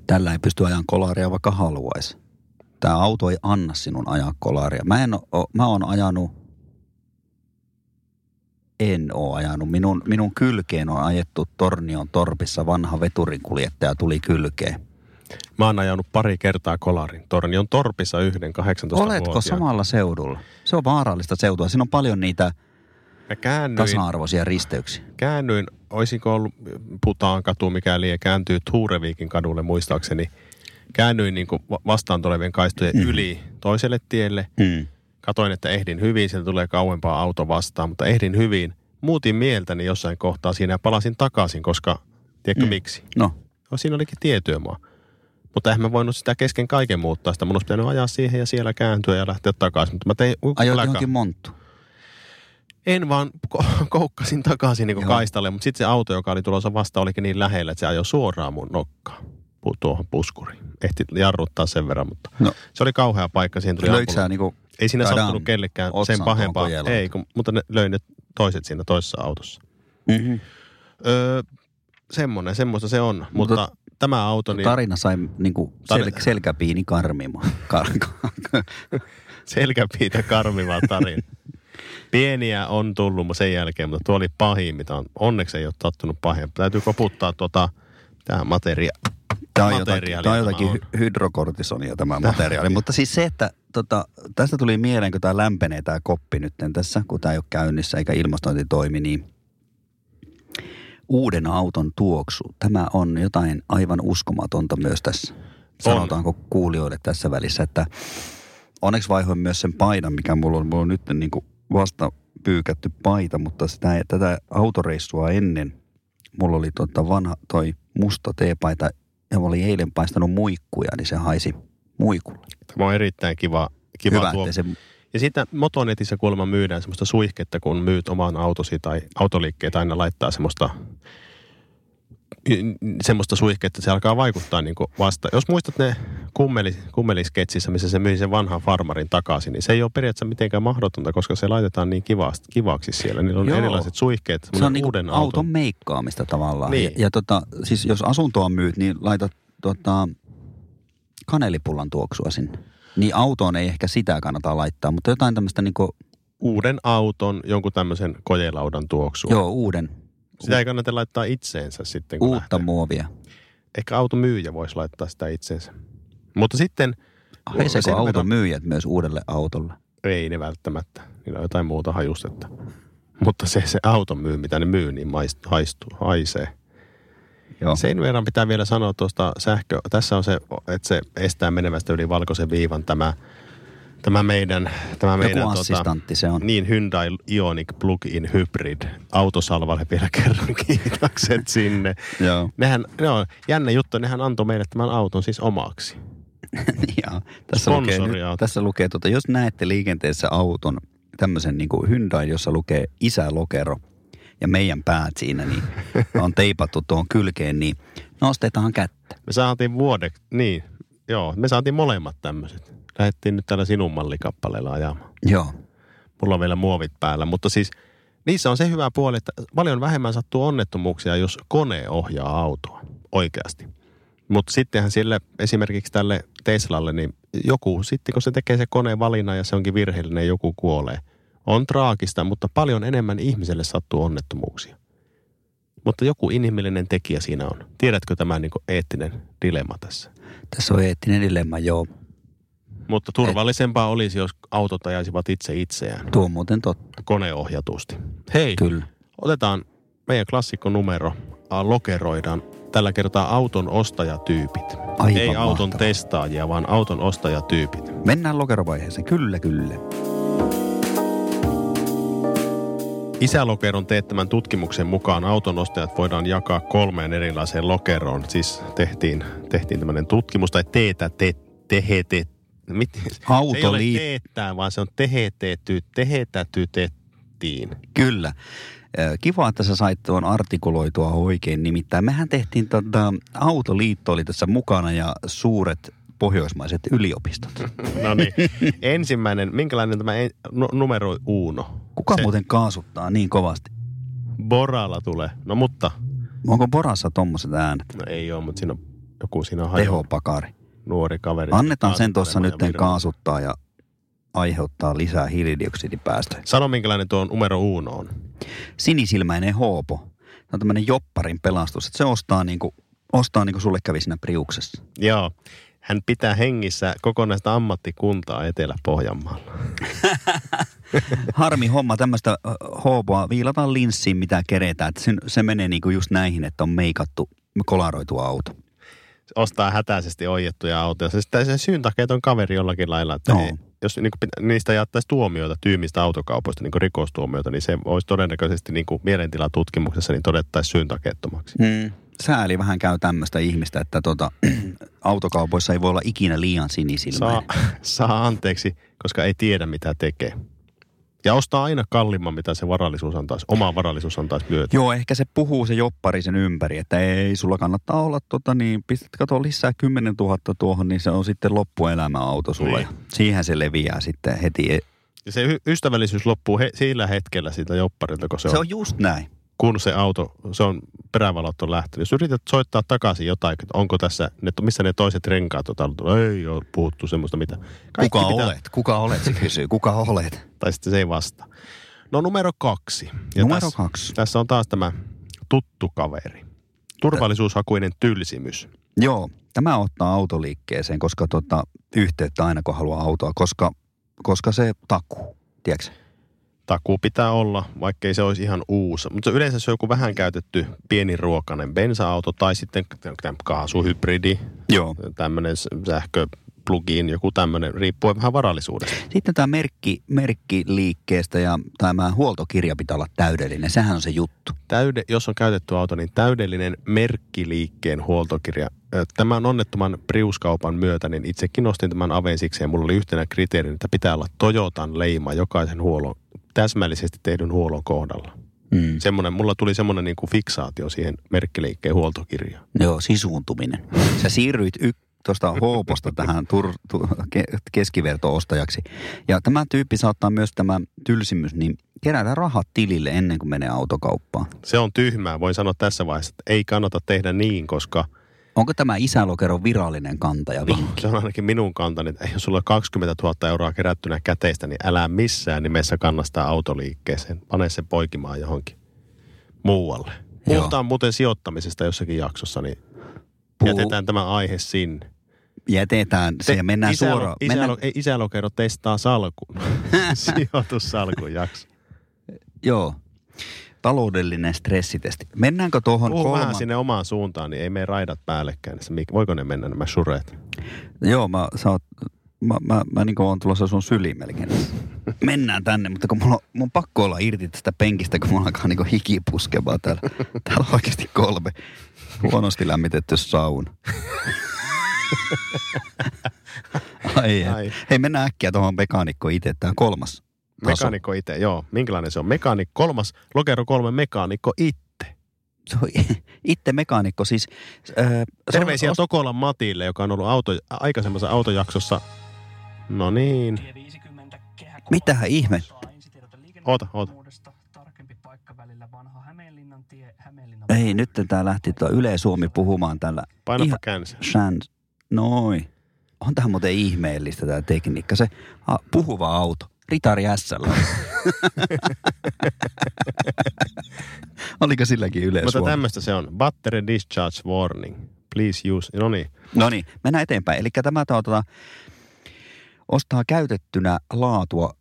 S1: Tällä ei pysty ajan kolaria vaikka haluaisi. Tämä auto ei anna sinun ajaa kolaria. Mä, en oo, mä oon ajanut, en oo ajanut. Minun, minun kylkeen on ajettu Tornion torpissa. Vanha veturinkuljettaja tuli kylkeen.
S2: Mä oon ajanut pari kertaa kolarin. Torni on torpissa yhden 18
S1: Oletko samalla seudulla? Se on vaarallista seutua. Siinä on paljon niitä
S2: Mä käännyin
S1: tasa-arvoisia risteyksiä.
S2: käännyin, olisiko ollut Putaan katu, mikä lie, kääntyy Tuureviikin kadulle muistaakseni. Käännyin niin kuin vastaan tulevien kaistojen mm. yli toiselle tielle.
S1: Mm.
S2: Katoin, että ehdin hyvin, sieltä tulee kauempaa auto vastaan, mutta ehdin hyvin. Muutin mieltäni jossain kohtaa siinä ja palasin takaisin, koska tiedätkö mm. miksi?
S1: No,
S2: No siinä olikin tietyömaa. Mutta eihän mä voinut sitä kesken kaiken muuttaa sitä. Mun olisi pitänyt ajaa siihen ja siellä kääntyä ja lähteä takaisin. Mutta mä tein
S1: ajoit
S2: läkä-
S1: johonkin monttu.
S2: en vaan ko- koukkasin takaisin niin
S1: Joo.
S2: kaistalle, mutta sitten se auto, joka oli tulossa vasta, olikin niin lähellä, että se ajoi suoraan mun nokkaan. pu- tuohon puskuriin. Ehti jarruttaa sen verran, mutta
S1: No.
S2: no. se oli kauhea paikka. Siihen tuli
S1: Löikö
S2: ampula.
S1: sä niinku,
S2: Ei siinä
S1: Tadam.
S2: sattunut kellekään
S1: Otsaan
S2: sen
S1: tuohon
S2: pahempaa.
S1: kojelaan.
S2: Ei, kun, mutta ne löi ne toiset siinä toisessa autossa.
S1: mm-hmm.
S2: Öö, semmoinen, semmoista se on. Mutta, mutta tämä auto, niin
S1: tarina sai niinku sel,
S2: Tarina.
S1: selkäpiini karmimaan. Kar, kar,
S2: selkäpiitä karmiva tarina. Pieniä on tullut mu- sen jälkeen, mutta tuo oli pahin, mitä on. Onneksi ei ole tattunut pahin. Täytyy koputtaa tuota, tähän materia.
S1: Tämä on jotakin,
S2: materiaalia
S1: tämä on
S2: tämä
S1: jotakin
S2: on.
S1: hy- hydrokortisonia tämä materiaali. Mutta siis se, että tota, tästä tuli mieleen, kun tämä lämpenee tämä koppi nyt tässä, kun tämä ei ole käynnissä eikä ilmastointi toimi, niin uuden auton tuoksu. Tämä on jotain aivan uskomatonta myös tässä. Sanotaanko kuulijoille tässä välissä, että onneksi vaihoin myös sen paidan, mikä mulla on. Mulla on nyt niin kuin vasta pyykätty paita, mutta sitä, tätä autoreissua ennen mulla oli tota vanha toi musta teepaita ja mä olin eilen paistanut muikkuja, niin se haisi muikulla.
S2: Tämä on erittäin kiva, kiva
S1: Hyvä, Hyvä
S2: tuo.
S1: ettei se
S2: Ja sitten Motonetissä kuulemma myydään semmoista suihketta, kun myyt oman autosi tai autoliikkeet aina laittaa semmoista semmoista suihketta, se alkaa vaikuttaa niin vasta. Jos muistat ne kummeli, kummelisketsissä, missä se myi sen vanhan farmarin takaisin, niin se ei ole periaatteessa mitenkään mahdotonta, koska se laitetaan niin kivasti, kivaksi siellä. Niillä on
S1: Joo.
S2: Joo. erilaiset suihkeet,
S1: Se on
S2: niin
S1: niinku
S2: uuden
S1: auton.
S2: auton.
S1: meikkaamista tavallaan.
S2: Niin.
S1: Ja, ja tota, siis jos asuntoa myyt, niin laita tota, kanelipullan tuoksua sinne. Niin autoon ei ehkä sitä kannata laittaa, mutta jotain tämmöistä niinku,
S2: uuden auton, jonkun tämmöisen kojelaudan tuoksua.
S1: joo, uuden,
S2: Sitä ei kannata laittaa itseensä sitten, kun
S1: uutta
S2: Niinku lähtee.
S1: muovia.
S2: Ehkä automyyjä voisi laittaa sitä itseensä. Mutta sitten
S1: Haiseeko
S2: sen
S1: Ah, auton
S2: verran-
S1: myyjät myös uudelle autolle?
S2: Ei ne välttämättä. Niillä on jotain muuta hajustetta. Mutta se, se auton myy, mitä ne myy, niin maist, haistuu, haisee.
S1: Joo.
S2: Sen verran pitää vielä sanoa tuosta sähkö. Tässä on se, että se estää menemästä yli valkoisen viivan tämä, tämä meidän, tämä
S1: Joku
S2: meidän tota,
S1: assistantti se on.
S2: Niin, Hyundai Ioniq Plug-in Hybrid. Autosalvalle vielä kerran kiitokset sinne.
S1: Joo.
S2: Nehän, ne on jännä juttu, nehän antoi meille tämän auton siis omaksi.
S1: Joo, tässä lukee, nyt,
S2: Sponsoriauto.
S1: tässä lukee tuota, jos näette liikenteessä auton, tämmöisen niin kuin Hyundai, jossa lukee isälokero ja meidän päät siinä, niin on teipattu tuohon kylkeen, niin nostetaan kättä.
S2: Me saatiin vuodeksi, niin, joo, me saatiin molemmat tämmöiset. Lähdettiin nyt tällä sinun mallikappaleella ajamaan.
S1: Joo,
S2: Mulla on vielä muovit päällä, mutta siis niissä on se hyvä puoli, että paljon vähemmän sattuu onnettomuuksia, jos kone ohjaa autoa oikeasti. Mutta sittenhän sille esimerkiksi tälle Teslalle, niin joku, sitten kun se tekee se koneen valinnan ja se onkin virheellinen, joku kuolee. On traagista, mutta paljon enemmän ihmiselle sattuu onnettomuuksia. Mutta joku inhimillinen tekijä siinä on. Tiedätkö tämä niin eettinen dilemma tässä?
S1: tässä on eettinen dilemma, joo.
S2: Mutta turvallisempaa olisi, jos autot ajaisivat itse itseään
S1: Tuo on muuten totta,
S2: koneohjatusti. Hei,
S1: kyllä.
S2: otetaan meidän klassikko numero, lokeroidaan tällä kertaa auton ostajatyypit.
S1: Aivan
S2: Ei auton
S1: mahtavaa.
S2: testaajia, vaan auton ostajatyypit.
S1: Mennään lokerovaiheeseen, kyllä, kyllä.
S2: Isälokeron teettämän tutkimuksen mukaan autonostajat voidaan jakaa kolmeen erilaiseen lokeroon. Siis tehtiin, tehtiin tämmöinen tutkimus, tai teetä, te, tehete, mit, se ei ole
S1: Autoliitto.
S2: teettää, vaan se on tehetetty, tehetätytettiin.
S1: Kyllä. Ö, Kiva, että sä sait tuon artikuloitua oikein. Nimittäin mehän tehtiin, tota, Autoliitto oli tässä mukana ja suuret pohjoismaiset yliopistot.
S2: No niin, ensimmäinen, minkälainen tämä en, nu- numero uno?
S1: Kuka
S2: Se-
S1: muuten kaasuttaa niin kovasti?
S2: Boralla tulee. No mutta,
S1: Onko Borassa tommoset äänet?
S2: no ei ole, mutta siinä on joku siinä on hajo,
S1: Tehopakari.
S2: nuori kaveri.
S1: Annetaan sen
S2: Kaasuttelemaan
S1: tuossa
S2: ja
S1: nytten
S2: virve.
S1: kaasuttaa ja aiheuttaa lisää hiilidioksidipäästöjä.
S2: Sano, minkälainen tuo numero uno on.
S1: Sinisilmäinen hoopo. Se on tämmöinen jopparin pelastus, että se ostaa niinku, ostaa niinku sulle kävi siinä priuksessa.
S2: Joo, hän pitää hengissä kokonaista ammattikuntaa Etelä-Pohjanmaalla. Harmi.
S1: Harmi homma, tämmöistä hoopoa viilataan linssiin mitä keretään. Että sen, se menee niinku just näihin, että on meikattu, kolaroitu auto.
S2: Ostaa hätäisesti oijettuja autoja. Se, sitä- se syyn takia että on kaveri jollakin lailla, että
S1: Joo.
S2: ei, jos niin kuin, niistä jaettaisiin tuomioita, tyymistä autokaupoista, niin kuin rikostuomioita, niin se olisi todennäköisesti niin kuin mielentilatutkimuksessa niin todettaisiin syyntakeettomaksi.
S1: Mm. Sääli vähän käy tämmöistä ihmistä, että tota, autokaupoissa ei voi olla ikinä liian sinisilmäinen.
S2: Saa, saa anteeksi, koska ei tiedä mitä tekee. Ja ostaa aina kalliimman, mitä se varallisuus antaisi, oma varallisuus antaisi myötä.
S1: Joo, ehkä se puhuu se joppari sen ympäri, että ei, sulla kannattaa olla tota niin, pistät kato lisää 10 000 tuohon, niin se on sitten loppuelämä auto sulla.
S2: Niin.
S1: Niin. Siihen se leviää sitten heti.
S2: Ja se y- ystävällisyys loppuu he- sillä hetkellä siitä jopparilta, kun se,
S1: Se on just näin.
S2: kun se auto, se on perävalot on lähtenyt. Jos yrität soittaa takaisin jotain, että onko tässä, ne, missä ne toiset renkaat on täällä tullut, ei ole puhuttu semmoista mitä. Kaikki
S1: Kuka olet? Kuka olet, se kysyy. Kuka olet?
S2: Tai sitten se ei vastaa. No numero kaksi. Ja
S1: Numero
S2: tässä,
S1: kaksi.
S2: tässä on taas tämä tuttu kaveri. Turvallisuushakuinen tylsimys.
S1: Joo, tämä ottaa autoliikkeeseen, koska tota, yhteyttä aina kun haluaa autoa, koska, koska se takuu, tiedätkö?
S2: Takuu pitää olla, vaikkei se olisi ihan uusi. Mutta se yleensä se on joku vähän käytetty pieniruokainen bensa-auto tai sitten tämä kaasuhybridi,
S1: Joo.
S2: tämmöinen sähkö plugiin, joku tämmöinen, riippuen vähän varallisuudesta.
S1: Sitten tämä merkki, merkki liikkeestä ja tämä huoltokirja pitää olla täydellinen. Sehän on se juttu.
S2: Täyde, jos on käytetty auto, niin täydellinen merkkiliikkeen huoltokirja. Ö, Tämän onnettoman Priuskaupan myötä, niin itsekin nostin tämän aveen siksi, ja mulla oli yhtenä kriteerinä, että pitää olla Toyotan leima jokaisen huollon, täsmällisesti tehdyn huollon kohdalla.
S1: Mm.
S2: Semmoinen, mulla tuli semmoinen niin kuin fiksaatio siihen merkkiliikkeen huoltokirjaan.
S1: Joo, sisuuntuminen. Sä siirryit y- tuosta hooposta tähän tur- tu- ke- keskiverto-ostajaksi. Ja tämä tyyppi saattaa myös tämä tylsimys, niin kerätä rahat tilille ennen kuin menee autokauppaan.
S2: Se on tyhmää, voin sanoa tässä vaiheessa, että ei kannata tehdä niin, koska
S1: Onko tämä isälokeron virallinen kanta ja vinkki?
S2: Se on ainakin minun kantani, että jos sulla on 20 000 euroa kerättynä käteistä, niin älä missään nimessä kanna sitä autoliikkeeseen. Pane sen poikimaan johonkin muualle.
S1: Joo.
S2: Puhutaan muuten sijoittamisesta jossakin jaksossa, niin
S1: Puhu-
S2: jätetään tämä aihe sinne.
S1: Jätetään se ja mennään
S2: isälo-
S1: suoraan.
S2: Isälo-
S1: mennään,
S2: ei, isälokero testaa salkun. Sijoitussalkun jakso.
S1: joo. Taloudellinen stressitesti. Mennäänkö tuohon
S2: Puhu vähän
S1: kolman...
S2: sinne omaan suuntaan, niin ei mene raidat päällekkäin. Se mik- Voiko ne mennä nämä sureet?
S1: Joo, mä, sä oot, mä, mä, mä niin oon tulossa sun syliin melkein. Mennään tänne, mutta kun mulla, on- mun on pakko olla irti tästä penkistä, kun mulla alkaa niin hiki puskemaan täällä. Täällä on oikeasti kolme huonosti lämmitetty sauna. Ai, Ai.
S2: Ai.
S1: Hei, mennään äkkiä tuohon mekaanikko itse. Tämä kolmas. Taso.
S2: Mekaanikko itse, joo. Minkälainen se on? Mekaanikko kolmas, lokero kolme, mekaanikko itse.
S1: Se on itse mekaanikko siis. Äh, se on-
S2: Terveisiä
S1: os-
S2: Tokolan Matille, joka on ollut auto, aikaisemmassa autojaksossa. No niin.
S1: Mitähän ihmettä?
S2: Oota, oota.
S5: Tarkempi paikka välillä vanha Hämeenlinnan tie, Hämeenlinnan
S1: Ei, nyt tää lähti tuo Yle Suomi puhumaan tällä
S2: Painapa
S1: Ihan-
S2: känsä.
S1: Shans. Noi. On tähän muuten ihmeellistä tämä tekniikka. Se a, puhuva auto. Ritari Sllä. Oliko silläkin
S2: Mutta
S1: yleensä?
S2: tämmöistä se on. Battery discharge warning. Please use. No niin.
S1: No niin, mennään eteenpäin. Eli tämä tuota, ostaa käytettynä laatua,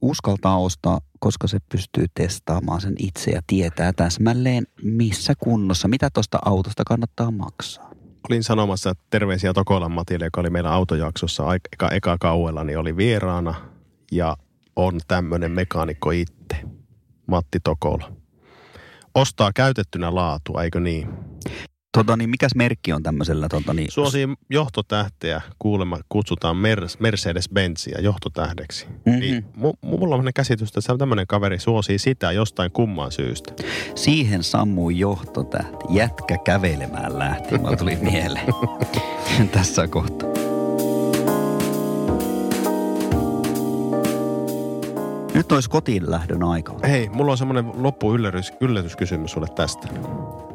S1: uskaltaa ostaa, koska se pystyy testaamaan sen itse ja tietää täsmälleen missä kunnossa, mitä tuosta autosta kannattaa maksaa.
S2: Olin sanomassa että terveisiä Tokolan Matille, joka oli meillä autojaksossa aik- eka, eka kauella, niin oli vieraana. Ja on tämmöinen mekaanikko itse. Matti Tokola. Ostaa käytettynä laatua, eikö niin?
S1: Tota niin, mikäs merkki on tämmöisellä? Tota niin,
S2: Suosii johtotähteä kuulemma kutsutaan Mer- Mercedes-Benzia johtotähdeksi.
S1: Mhm.
S2: Mm-hmm. Niin, mu- mulla on käsitys, että se on tämmöinen kaveri suosii sitä jostain kumman syystä.
S1: Siihen sammuu johtotähti. Jätkä kävelemään lähti. Mä tuli mieleen. Tässä kohta. Nyt olisi kotiin lähdön aika.
S2: Hei, mulla on semmoinen loppu yllätys, yllätyskysymys sulle tästä.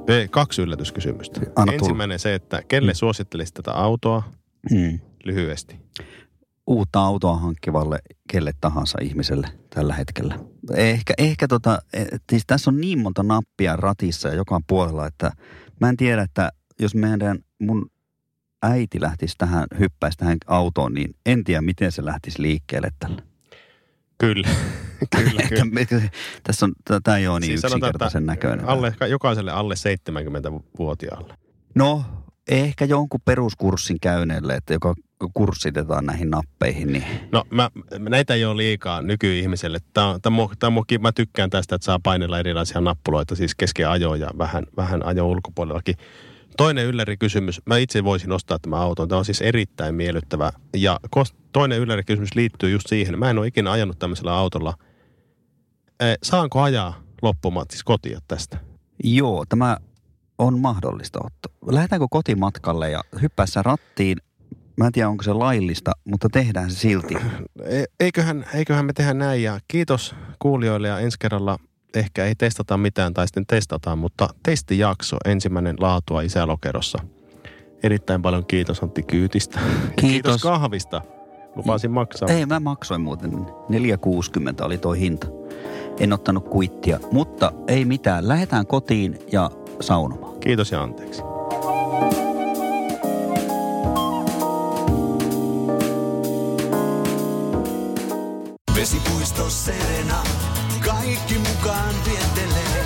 S2: Ei, kaksi yllätyskysymystä.
S1: Anna tulla.
S2: Ensimmäinen se, että kelle suosittelisit tätä autoa
S1: Mm.
S2: lyhyesti?
S1: Uutta autoa hankkivalle kelle tahansa ihmiselle tällä hetkellä. Ehkä, ehkä tota, eh, siis tässä on niin monta nappia ratissa ja joka puolella, että mä en tiedä, että jos meidän mun äiti lähtisi tähän, hyppäisi tähän autoon, niin en tiedä, miten se lähtisi liikkeelle tällä.
S2: Kyllä, kyllä,
S1: Ehkä
S2: kyllä.
S1: me- tässä on, tämä ei ole niin siis
S2: sanotaan,
S1: yksinkertaisen
S2: että
S1: näköinen.
S2: Alle, ka- jokaiselle alle 70-vuotiaalle.
S1: No, ehkä jonkun peruskurssin käyneelle, että joka kurssitetaan näihin nappeihin, niin
S2: No mä, näitä ei ole liikaa nykyihmiselle. Tämä, tämä, tämä, mä tykkään tästä, että saa painella erilaisia nappuloita, siis kesken ajoa ja vähän, vähän ajo ulkopuolellakin. Toinen yllärikysymys, mä itse voisin ostaa tämän auton, tämä on siis erittäin miellyttävä. Ja kos- toinen yllärikysymys liittyy just siihen, mä en ole ikinä ajanut tämmöisellä autolla eh, saanko ajaa loppumattis kotia tästä?
S1: Joo, tämä on mahdollista ottaa. Lähdetäänkö kotimatkalle ja hyppäässä rattiin? Mä en tiedä, onko se laillista, mutta tehdään se silti.
S2: E- Eiköhän, eiköhän me tehdä näin ja kiitos kuulijoille ja ensi kerralla ehkä ei testata mitään tai sitten testataan, mutta testijakso ensimmäinen laatua isälokerossa. Erittäin paljon kiitos Antti Kyytistä. Kiitos, kiitos kahvista. Lupasin maksaa.
S1: Ei, mä maksoin muuten. 4,60 oli toi hinta. En ottanut kuittia, mutta ei mitään. Lähdetään kotiin ja saunomaan.
S2: Kiitos ja anteeksi.
S6: Vesipuisto Serena, kaikki mukaan vientelee.